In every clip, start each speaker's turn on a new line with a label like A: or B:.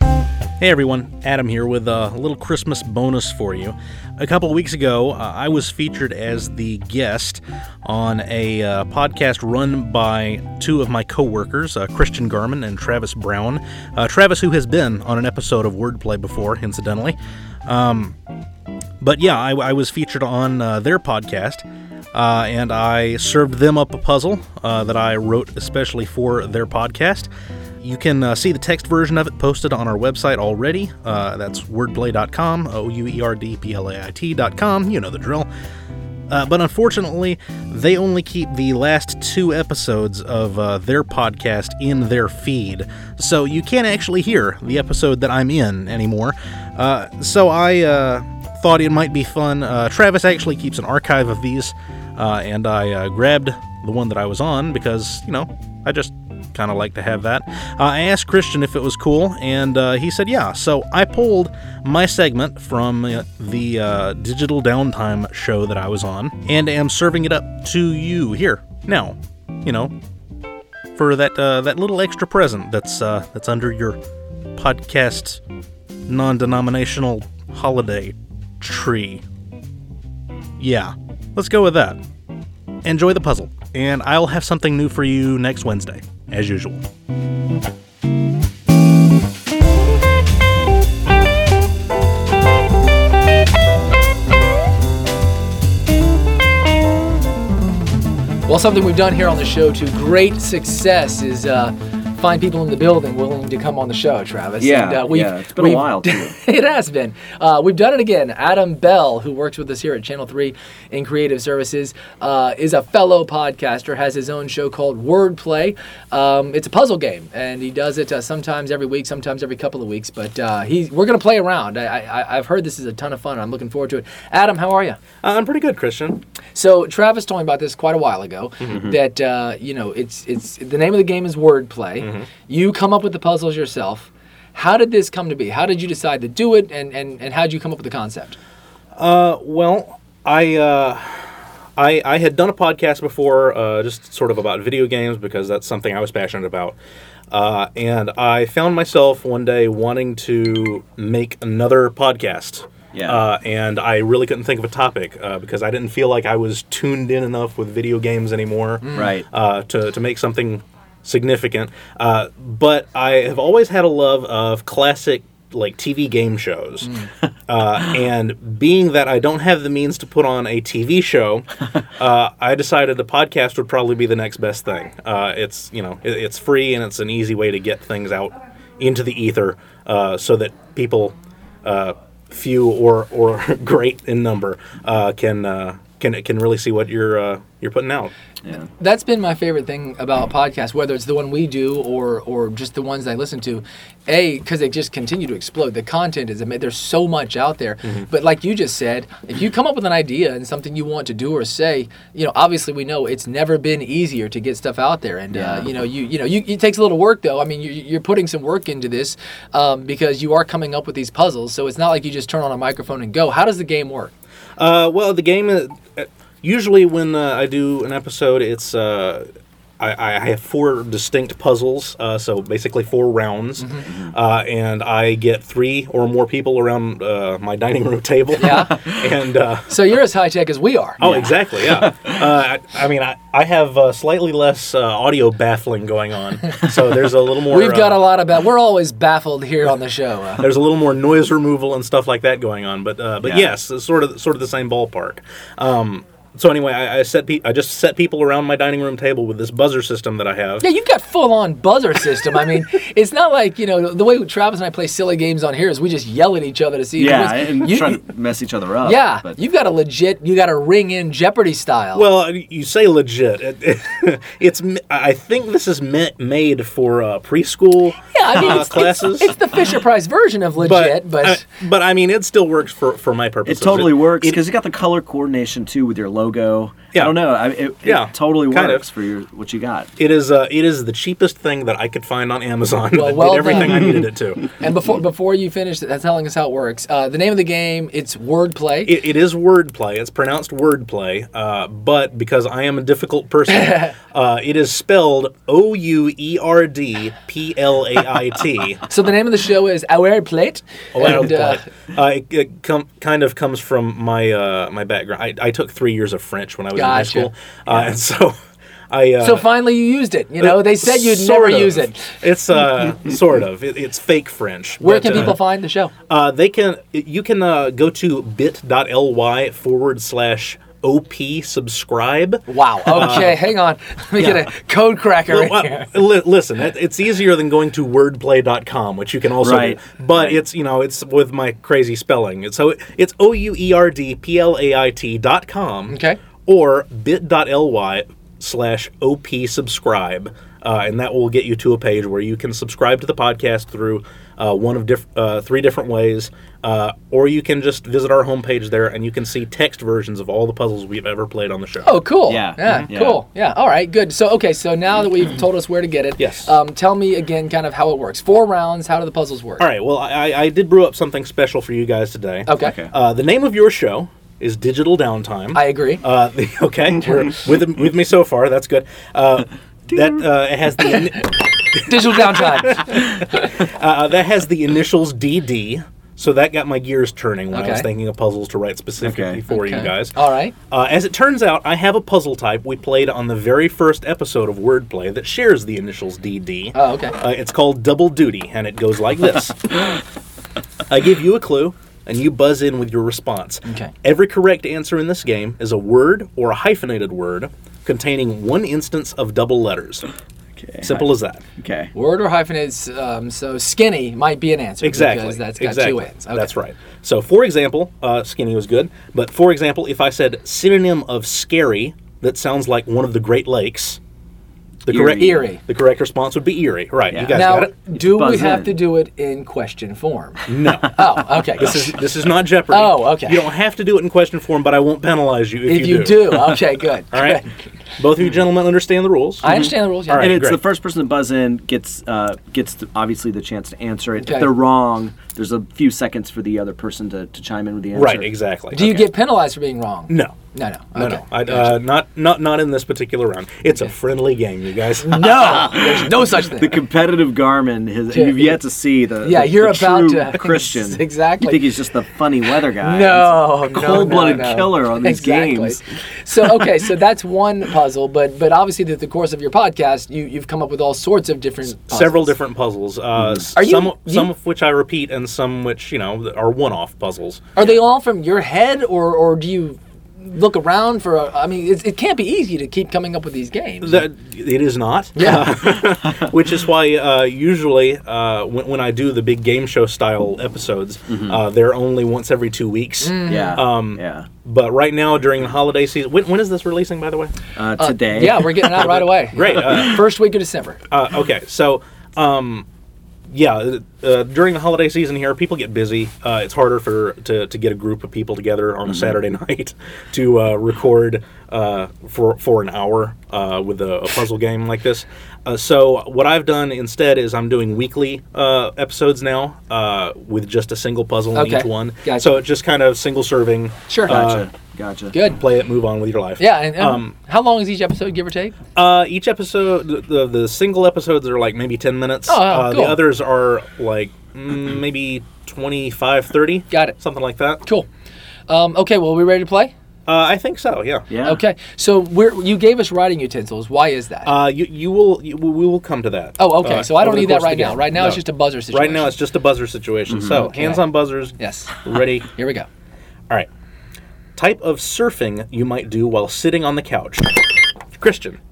A: Hey everyone, Adam here with a little Christmas bonus for you. A couple weeks ago, uh, I was featured as the guest on a uh, podcast run by two of my coworkers, uh, Christian Garman and Travis Brown. Uh, Travis, who has been on an episode of Wordplay before, incidentally. But yeah, I, I was featured on uh, their podcast, uh, and I served them up a puzzle uh, that I wrote especially for their podcast. You can uh, see the text version of it posted on our website already. Uh, that's wordplay.com, O U E R D P L A I T.com. You know the drill. Uh, but unfortunately, they only keep the last two episodes of uh, their podcast in their feed, so you can't actually hear the episode that I'm in anymore. Uh, so I uh, thought it might be fun. Uh, Travis actually keeps an archive of these, uh, and I uh, grabbed the one that I was on because, you know, I just kind of like to have that. Uh, I asked Christian if it was cool, and uh, he said yeah. So I pulled my segment from uh, the uh, digital downtime show that I was on, and am serving it up to you here now. You know, for that uh, that little extra present that's uh, that's under your podcast non-denominational holiday tree. Yeah, let's go with that. Enjoy the puzzle, and I'll have something new for you next Wednesday, as usual.
B: Well, something we've done here on the show to great success is uh, find people in the building willing to come on the show, Travis.
C: Yeah,
B: uh,
C: yeah, it's been a
B: we've-
C: while, too.
B: it has been. Uh, we've done it again. Adam Bell, who works with us here at Channel 3 in Creative Services, uh, is a fellow podcaster, has his own show called Wordplay. Um, it's a puzzle game, and he does it uh, sometimes every week, sometimes every couple of weeks. But uh, he, we're going to play around. I, I, I've heard this is a ton of fun. I'm looking forward to it. Adam, how are you?
A: Uh, I'm pretty good, Christian.
B: So Travis told me about this quite a while ago. That uh, you know, it's it's the name of the game is wordplay. You come up with the puzzles yourself. How did this come to be? How did you decide to do it, and and and how did you come up with the concept?
A: Uh, Well, I uh, I I had done a podcast before, uh, just sort of about video games because that's something I was passionate about. Uh, and I found myself one day wanting to make another podcast.
C: Yeah.
A: Uh, and I really couldn't think of a topic uh, because I didn't feel like I was tuned in enough with video games anymore.
C: Right.
A: uh, to, to make something significant. Uh, but I have always had a love of classic like TV game shows. Uh, and being that I don't have the means to put on a TV show, uh, I decided a podcast would probably be the next best thing. Uh, it's you know it, it's free and it's an easy way to get things out into the ether uh, so that people uh, few or or great in number uh, can uh, can can really see what you're uh, you're putting out.
C: yeah.
B: That's been my favorite thing about podcasts, whether it's the one we do or or just the ones I listen to. A, because they just continue to explode. The content is amazing. There's so much out there. But like you just said, if you come up with an idea and something you want to do or say, you know, obviously we know it's never been easier to get stuff out there. And uh,
C: Yeah.
B: you know, you you know, you, it takes a little work though. I mean, you, you're putting some work into this um, because you are coming up with these puzzles. So it's not like you just turn on a microphone and go. How does the game work?
A: Uh, well, the game is uh, usually when uh, I do an episode, it's uh, I, I have four distinct puzzles, uh, so basically four rounds, uh, and I get three or more people around uh, my dining room table.
B: Yeah.
A: and uh,
B: So you're as high tech as we are.
A: oh, exactly, yeah. Uh, I, I mean, I, I have uh, slightly less uh, audio baffling going on, so there's a little more.
B: We've got
A: uh,
B: a lot of bad. We're always baffled here on the show. Uh,
A: there's a little more noise removal and stuff like that going on. But uh, but
C: Yeah.
A: yes, it's sort of sort of the same ballpark. Um, so anyway, I, I set pe- I just set people around my dining room table with this buzzer system that I have.
B: Yeah, you've got full on buzzer system. I mean, it's not like, you know, the way Travis and I play silly games on here is we just yell at each other to see
C: Yeah,
B: who wins.
C: and
B: You-
C: trying to mess each other up.
B: yeah,
C: but-
B: you've got a legit, you got a ring in Jeopardy style.
A: Well, uh, you say legit. It, it's m- I think this is meant made for uh, preschool
B: yeah, I mean,
A: uh,
B: it's,
A: classes.
B: it's the Fisher Price version of legit, but,
A: I, but I mean, it still works for, for my
C: It
A: purposes.
C: totally works
A: it-
C: because you got the color coordination too with your logo.
A: Yeah.
C: I don't know. I, it, it
A: Yeah,
C: totally
A: kind
C: works
A: of.
C: for your what you got.
A: It is uh, it is the cheapest thing that I could find on Amazon.
B: Well,
A: that
B: well
A: did everything
B: done.
A: I needed it to.
B: And before before you finish that's telling us how it works, uh, the name of the game it's wordplay.
A: It, it is wordplay. It's pronounced wordplay, uh, but because I am a difficult person, uh, it is spelled O U E R D P L A I T.
B: so the name of the show is Our Plate.
A: Wild
B: And, uh,
A: play. Uh, it it com- kind of comes from my uh, my background. I, I took three years of French when I was in high
B: Gotcha.
A: school, uh, and so I. Uh,
B: so finally you used it. You know they said you'd
A: sort
B: never
A: of.
B: use it.
A: It's uh, sort of. It, it's fake French.
B: Where
A: but,
B: can
A: uh,
B: people find the show?
A: Uh, they can. You can uh, go to bit.ly forward slash op subscribe.
B: Wow. Okay, hang on. Let me
A: Uh, yeah.
B: get a code cracker in
A: Well,
B: here.
A: uh, li- listen, it- it's easier than going to wordplay.com, which you can also
C: Right.
A: do. But it's, you know, it's with my crazy spelling. It's- So it's O U E R D P L A I T dot com.
B: Okay.
A: Or bit.ly slash OP subscribe. Uh, and that will get you to a page where you can subscribe to the podcast through uh, one of diff- uh, three different ways, uh, or you can just visit our homepage there and you can see text versions of all the puzzles we've ever played on the show.
B: Oh, cool.
C: Yeah.
B: Yeah.
A: Mm-hmm.
C: Mhm. Yeah.
B: Cool. Yeah. All right. Good. So, okay. So now that we've told us where to get it,
A: Yes.
B: Um, tell me again, kind of how it works. Four rounds. How do the puzzles work?
A: All right. Well, I, I- I did brew up something special for you guys today.
B: Okay.
C: Okay.
A: Uh, the name of your show is Digital Downtime.
B: I agree.
A: Uh, the, okay, we're with with me so far. That's good. Uh, that uh, it has the ini-
B: Digital downtime.
A: uh, that has the initials DD. So that got my gears turning when I was
B: Okay.
A: thinking of puzzles to write specifically
C: Okay.
A: for you
B: Okay.
A: guys.
B: All right.
A: Uh, as it turns out, I have a puzzle type we played on the very first episode of Wordplay that shares the initials DD.
B: Oh, okay.
A: Uh, it's called Double Duty, and it goes like this I give you a clue, and you buzz in with your response.
B: Okay.
A: Every correct answer in this game is a word or a hyphenated word containing one instance of double letters.
C: Okay.
A: Simple as that.
C: Okay.
B: Word or hyphenated. Um, so skinny might be an answer.
A: Exactly.
B: Because that's got
A: exactly.
B: two ends. Okay.
A: That's right. So, for example, uh, skinny was good, but for example, if I said synonym of scary, that sounds like one of the Great Lakes. The correct
B: Eerie. Eerie.
A: The correct response would be eerie. Right.
C: Yeah.
A: You guys
B: Now,
A: got it.
B: do we
C: buzz
B: have
C: in.
B: to do it in question form?
A: No.
B: Oh, okay.
A: This is this is not Jeopardy.
B: Oh, okay.
A: You don't have to do it in question form, but I won't penalize you if,
B: if you, do. okay, good.
A: All right. Both of you gentlemen understand the rules.
B: I understand the rules. Yeah.
A: All right.
C: and it's
A: great.
C: the first person to buzz in gets uh, gets the, obviously the chance to answer it.
B: Okay.
C: If they're wrong, there's a few seconds for the other person to, to chime in with the answer.
A: Right. Exactly.
B: Do you get penalized for being wrong?
A: No.
B: No, no.
A: No,
B: okay.
A: no. I, uh, not not not in this particular round. It's a friendly game, you guys.
B: No, there's no such thing.
C: The competitive Garmin has you've yet to see the
B: Yeah,
C: the-
B: you're
C: the
B: about
C: true
B: to-
C: Christian
B: Exactly.
C: You think he's just the funny weather guy?
B: No,
C: He's a cold-blooded
B: no, no, no.
C: killer on these
B: exactly.
C: games.
B: so okay, so that's one puzzle, but but obviously through the course of your podcast, you you've come up with all sorts of different puzzles.
A: Several different puzzles. Uh, s-
B: Hmm. Are you-
A: some some
B: you-
A: of which I repeat, and some which you know are one-off puzzles.
B: Are they all from your head, or or do you look around for? A, I mean, it's, it can't be easy to keep coming up with these games.
A: That it is not.
B: yeah.
A: which is why uh, usually uh, when, when I do the big game show style episodes,
B: Mm-hmm.
A: uh, they're only once every two weeks.
B: Mm.
C: Yeah. Um, yeah.
A: But right now during the holiday season, when, when is this releasing, by the way?
C: Uh, today.
B: yeah, we're getting out right away.
A: Great. Uh,
B: First week of December.
A: uh, okay, so. Um, yeah, uh, during the holiday season here, people get busy. Uh, it's harder for to, to get a group of people together
B: Mm-hmm.
A: on a Saturday night to uh, record uh, for for an hour uh, with a, a puzzle game like this. Uh, so what I've done instead is I'm doing weekly uh, episodes now uh, with just a single puzzle in
B: Okay.
A: each one.
B: Gotcha.
A: So it's just kind of single serving.
B: Sure.
C: Gotcha. gotcha.
B: Good.
A: uh, Play it, move on with your life.
B: Yeah. And, and
A: Um,
B: how long is each episode, give or take?
A: uh, each episode, the, the the single episodes are like maybe ten minutes.
B: Oh, wow,
A: uh,
B: cool.
A: The others are like mm, maybe 25, 30.
B: Got it.
A: Something like that.
B: Cool. Um, okay. Well, are we ready to play?
A: Uh, I think so. Yeah.
C: Yeah.
B: Okay. So we're, you gave us writing utensils. Why is that?
A: Uh, you you will you, we will come to that.
B: Oh, okay.
A: uh,
B: so I don't
A: over the
B: need that
A: course of
B: right
A: the
B: now.
A: game.
B: Right now, it's
A: No.
B: just a buzzer situation.
A: Right now it's just a buzzer situation. So hands on buzzers.
B: yes.
A: Ready.
B: Here we go.
A: All right. Type of surfing you might do while sitting on the couch. Christian.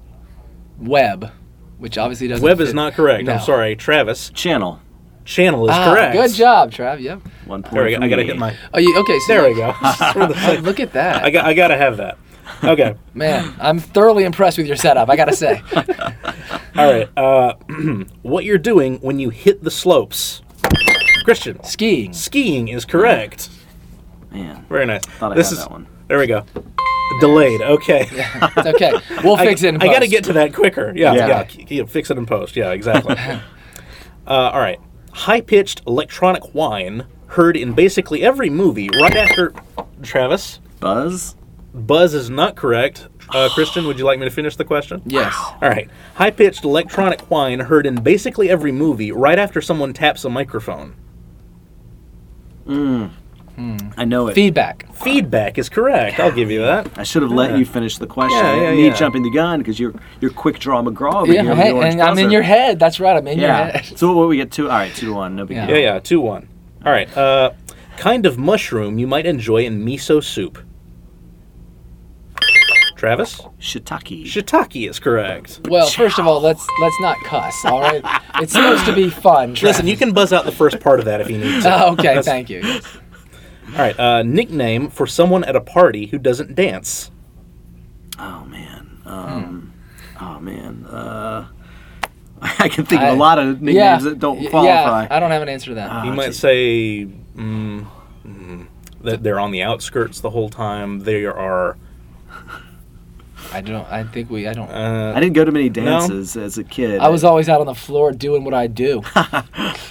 B: Web, which obviously doesn't.
A: Web is
B: fit.
A: not correct.
B: No.
A: I'm sorry. Travis.
C: Channel.
A: Channel is
B: Ah,
A: correct.
B: Good job, Trav. Yep.
C: One point.
A: There we go.
C: for
A: I gotta
C: me.
A: hit my.
B: Oh, you, okay. So
A: There we go.
B: Look at that,
A: I got I gotta have that. Okay.
B: man. I'm thoroughly impressed with your setup. I gotta say.
A: All right. Uh, what you're doing when you hit the slopes. Christian.
B: Skiing.
A: Skiing is correct.
C: Man.
A: Very nice.
C: Thought I
A: this is,
C: had that one.
A: There we go. Delayed. Okay.
B: It's okay. We'll
A: I-
B: fix it. In
A: I got to
B: post.
A: get to that quicker. Yeah, yeah.
C: Yeah.
A: c- c- fix it in post. Yeah, exactly. uh, all right. High pitched electronic whine heard in basically every movie right after Travis.
C: Buzz?
A: Buzz is not correct. Uh, Kristen, would you like me to finish the question?
B: Yes.
A: All right. High pitched electronic whine heard in basically every movie right after someone taps a microphone.
C: I know it.
B: Feedback.
A: Feedback is correct. I'll give you that.
C: I should have let you finish the question.
A: Yeah, yeah,
C: Me
A: yeah.
C: jumping the gun because you're you're quick draw McGraw over
B: Yeah,
C: here. with
B: hey,
C: the orange
B: and I'm in
C: buzzer.
B: your head. That's right. I'm in your
C: Yeah.
B: head.
C: so what we get two? All right, two to one. No big
B: Yeah.
A: Yeah,
C: deal.
A: yeah. 2 1. All right. Uh, kind of mushroom you might enjoy in miso soup. Travis?
C: Shiitake.
A: Shiitake is correct.
B: Well, first of all, let's let's not cuss. All right, it's supposed to be fun. Travis.
A: Listen, you can buzz out the first part of that if you need to.
B: Oh, okay, thank you.
A: All right, uh, nickname for someone at a party who doesn't dance.
C: oh man. Um,
A: Hmm.
C: Oh man. Uh, I can think
B: I-
C: of a lot of nicknames
B: yeah,
C: that don't
B: y-
C: qualify. Ah. Uh,
B: Yeah, I don't have an answer to that.
A: You might say mm, mm, that they're on the outskirts the whole time. They are.
B: I don't. I think we. I don't.
A: uh,
C: I didn't go to many dances as a kid.
B: I was always out on the floor doing what I do.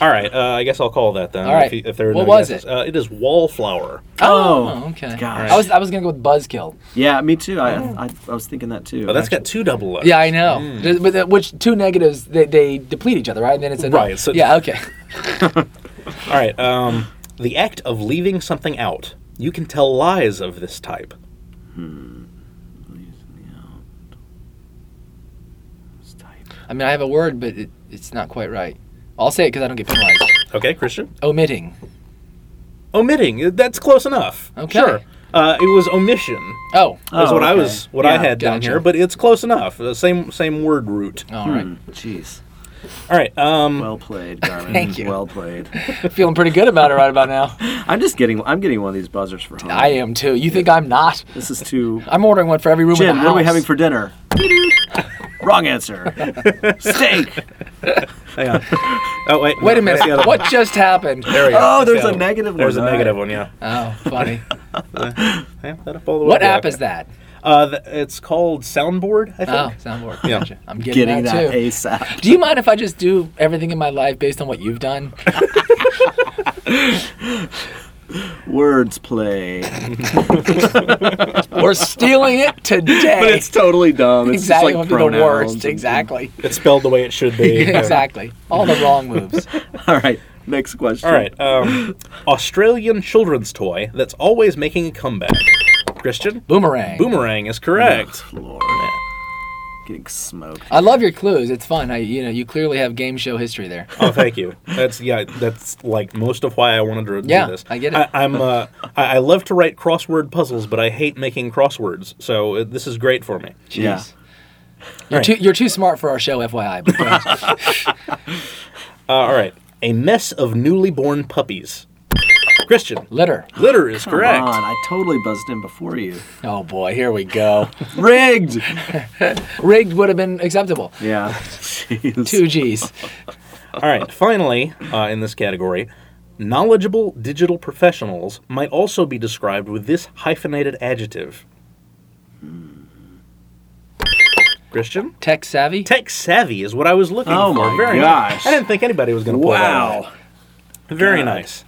A: All right, uh, I guess I'll call that then.
B: All right.
A: If, you- if there are
B: What
A: no
B: was
A: guesses.
B: it?
A: Uh, it is wallflower.
C: Oh,
B: okay.
C: gosh.
B: I was I was gonna go with buzzkill.
C: yeah, me too. I, I, I was thinking that too.
A: Oh, that's got two double O's.
B: Yeah, I know.
C: Mm.
B: Th- But the- which two negatives they, they deplete each other, right? And then it's a
A: Right, so-
B: yeah. Okay.
A: All right. Um, the act of leaving something out. You can tell lies of this type.
B: I mean, I have a word, but it, it's not quite right. I'll say it because I don't get penalized.
A: Okay, Christian.
B: Omitting.
A: Omitting. uh, That's close enough.
B: Okay.
A: Sure. Uh, it was omission.
B: Oh.
A: That's
C: Oh,
A: what I
C: okay.
A: was what I
B: Yeah,
A: had down
B: gotcha. Oh.
A: here, but it's close enough. The same same word root.
B: All right.
C: Hmm, Jeez.
A: All right. Um,
C: Well played, Garmin.
B: Thank you.
C: Well played.
B: Feeling pretty good about it right about now.
C: I'm just getting. I'm getting one of these buzzers for home.
B: I am too. You think I'm not?
C: This is too.
B: I'm ordering one for every room in
C: Jim,
B: the
C: what are we
B: house.
C: having for dinner? Wrong answer. Steak.
A: hang on. Oh wait.
B: Wait a
A: no, that's the
B: minute.
A: other
B: What
A: one.
B: just happened?
A: There we go.
C: Oh,
A: That's
C: there's
A: the
C: a
A: other
C: negative one.
A: There's a
C: All
A: negative
C: right.
A: one. Yeah.
B: Oh, funny.
A: yeah that up all the way
B: What
A: yeah,
B: app
A: okay.
B: is that?
A: Uh, th- it's called Soundboard. I think.
B: Oh, soundboard.
A: Yeah.
B: Gotcha. I'm getting,
C: Getting
B: that,
C: that
B: too.
C: ASAP.
B: Do you mind if I just do everything in my life based on what you've done?
C: Words play.
B: We're stealing it today.
C: but it's totally dumb. It's
B: exactly
C: just like
B: would be the
C: pronouns
B: worst.
C: and-
B: Exactly.
A: It's spelled the way it should be. Yeah.
B: exactly. All the wrong moves.
C: All right. Next question.
A: All right. Um, Australian children's toy that's always making a comeback. Christian.
B: Boomerang.
A: Boomerang is correct.
C: Lord. Getting smoked.
B: I love your clues. It's fun. I, you know, you clearly have game show history there.
A: Oh, thank you. That's yeah. That's like most of why I wanted to do
B: Yeah,
A: this.
B: I get it.
A: I, am Uh, I, I love to write crossword puzzles, but I hate making crosswords. So uh, this is great for me.
B: Jeez.
C: Yeah.
B: You're,
A: Right.
B: too, you're too smart for our show, FYI. But
A: Uh, all right. A mess of newly born puppies. Christian.
B: litter.
A: Litter is correct.
C: Come on, I totally buzzed in before you.
B: Oh boy, here we go.
C: Rigged.
B: Rigged would have been acceptable.
C: yeah. Jeez.
B: Two G's.
A: All right. Finally, uh, in this category, knowledgeable digital professionals might also be described with this hyphenated adjective. Christian?
B: Tech savvy.
A: Tech savvy is what I was looking
C: Oh
A: for.
C: my
A: Very
C: gosh.
A: Nice. I didn't think anybody was going to pull that
C: Wow.
A: off. Very nice.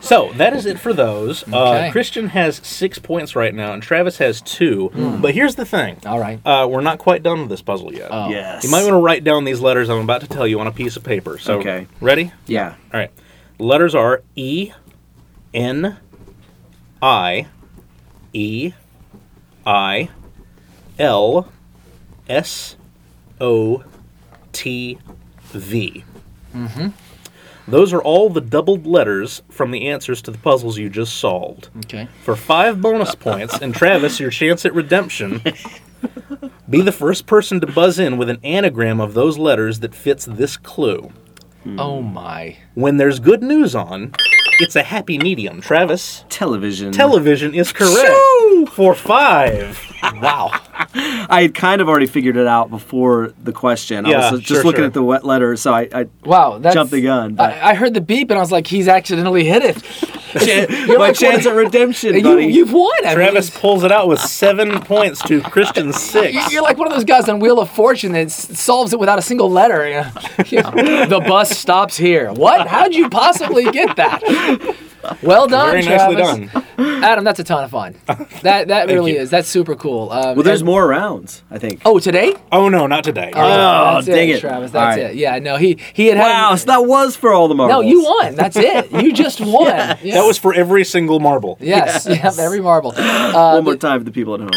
A: So that is it for those. Uh,
B: Okay.
A: Christian has six points right now, and Travis has two.
C: Hmm.
A: But here's the thing:
B: All right.
A: uh, we're not quite done with this puzzle yet.
B: Oh.
C: Yes.
A: You might want to write down these letters I'm about to tell you on a piece of paper. So,
C: Okay.
A: ready?
C: Yeah.
A: All right. Letters are E, N, I, E, I, L, S, O, T, V. Those are all the doubled letters from the answers to the puzzles you just solved.
B: Okay.
A: For five bonus points, and Travis, your chance at redemption, be the first person to buzz in with an anagram of those letters that fits this clue.
B: Oh my.
A: When there's good news on, it's a happy medium. Travis,
C: Television.
A: television is correct for five.
B: Wow.
C: I had kind of already figured it out before the question.
A: Yeah,
C: I was just
A: sure,
C: looking
A: sure.
C: at the wet letter, so I, I
B: Wow. That's,
C: Jumped the gun, but-
B: I, I heard the beep and I was like, he's accidentally hit it.
A: Chan-
C: My chance at redemption,
B: You,
C: buddy.
B: you've won. I mean,
A: Travis pulls it out with seven points to Christian's
B: you-
A: six.
B: You're like one of those guys on Wheel of Fortune that s- solves it without a single letter. you know. You know, the bus stops here. What? How'd you possibly get that? Well done,
A: Very nicely
B: Travis. Adam, that's a ton of fun. That that really
A: you.
B: is. That's super cool. Um,
C: well, there's
B: and-
C: more rounds, I think.
B: Oh, today?
A: Oh no, not today.
B: that's
C: Oh, dang it.
B: Travis.
C: All
B: That's
C: right.
B: it. Yeah, no, he he had
C: wow,
B: had.
C: so that was for all the
B: No,
C: marbles.
B: you won. That's it. You just won. Yeah.
A: that was for every single marble.
B: Yes, yeah, every marble. Uh,
C: One more time for the people at home.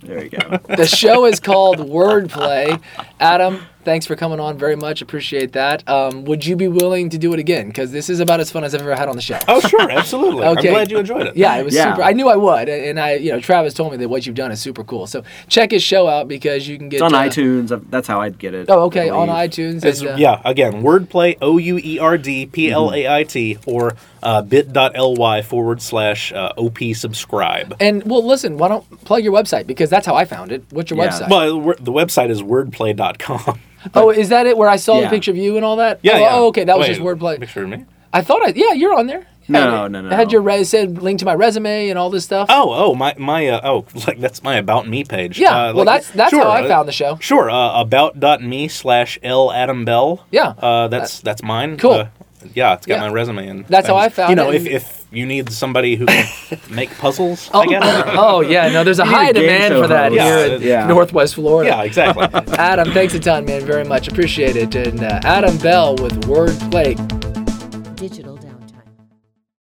C: There you go.
B: the show is called Wordplay. Adam, thanks for coming on. Very much appreciate that. Um, would you be willing to do it again? Because this is about as fun as I've ever had on the show.
A: Oh sure, absolutely.
B: Okay.
A: I'm glad you enjoyed it.
B: Yeah, it was
C: Yeah.
B: super. I knew I would, and and I, you know, Travis told me that what you've done is super cool. So check his show out because you can get
C: It's on
B: uh,
C: iTunes. I've- That's how I'd get it.
B: Oh, okay,
C: I
B: on
C: believe.
B: iTunes.
A: It's,
B: and, uh,
A: yeah, again, wordplay, O U E R D P L A I T, or uh, bit.ly forward slash uh, OP subscribe.
B: And well, listen, why don't plug your website because that's how I found it. What's your
C: Yeah.
B: website?
A: Well, we're- the website is wordplay.com.
B: oh, is that it? Where I saw the
C: Yeah.
B: picture of you and all that?
A: Yeah,
B: Oh,
A: yeah.
B: oh, okay, that was
A: Wait,
B: just wordplay.
A: Picture of me?
B: I thought I yeah, you're on there.
C: No,
B: Had-
C: no, no,
B: Had
C: no.
B: your res said link to my resume and all this stuff.
A: Oh, oh, my, my, uh, oh, like that's my about me page.
B: Yeah,
A: Uh,
B: well,
A: like-
B: that's- that's how I
A: uh,
B: found the show.
A: Sure, uh, about.me slash L Adam Bell.
B: Yeah.
A: uh, that's that's mine.
B: cool.
A: Uh, yeah, it's got my
B: Yeah.
A: resume and
B: That's how
A: things.
B: I found
A: You know, if
B: it.
A: if you need somebody who can make puzzles, I guess.
B: oh yeah, no, there's a
C: need a
B: high
C: game
B: demand
C: show
B: for that
C: host.
B: here
A: Yeah,
B: in
C: yeah.
B: Northwest Florida.
A: Yeah, exactly.
B: Adam, thanks a ton, man. Very much appreciate it. And uh, Adam Bell with Wordplay
D: digital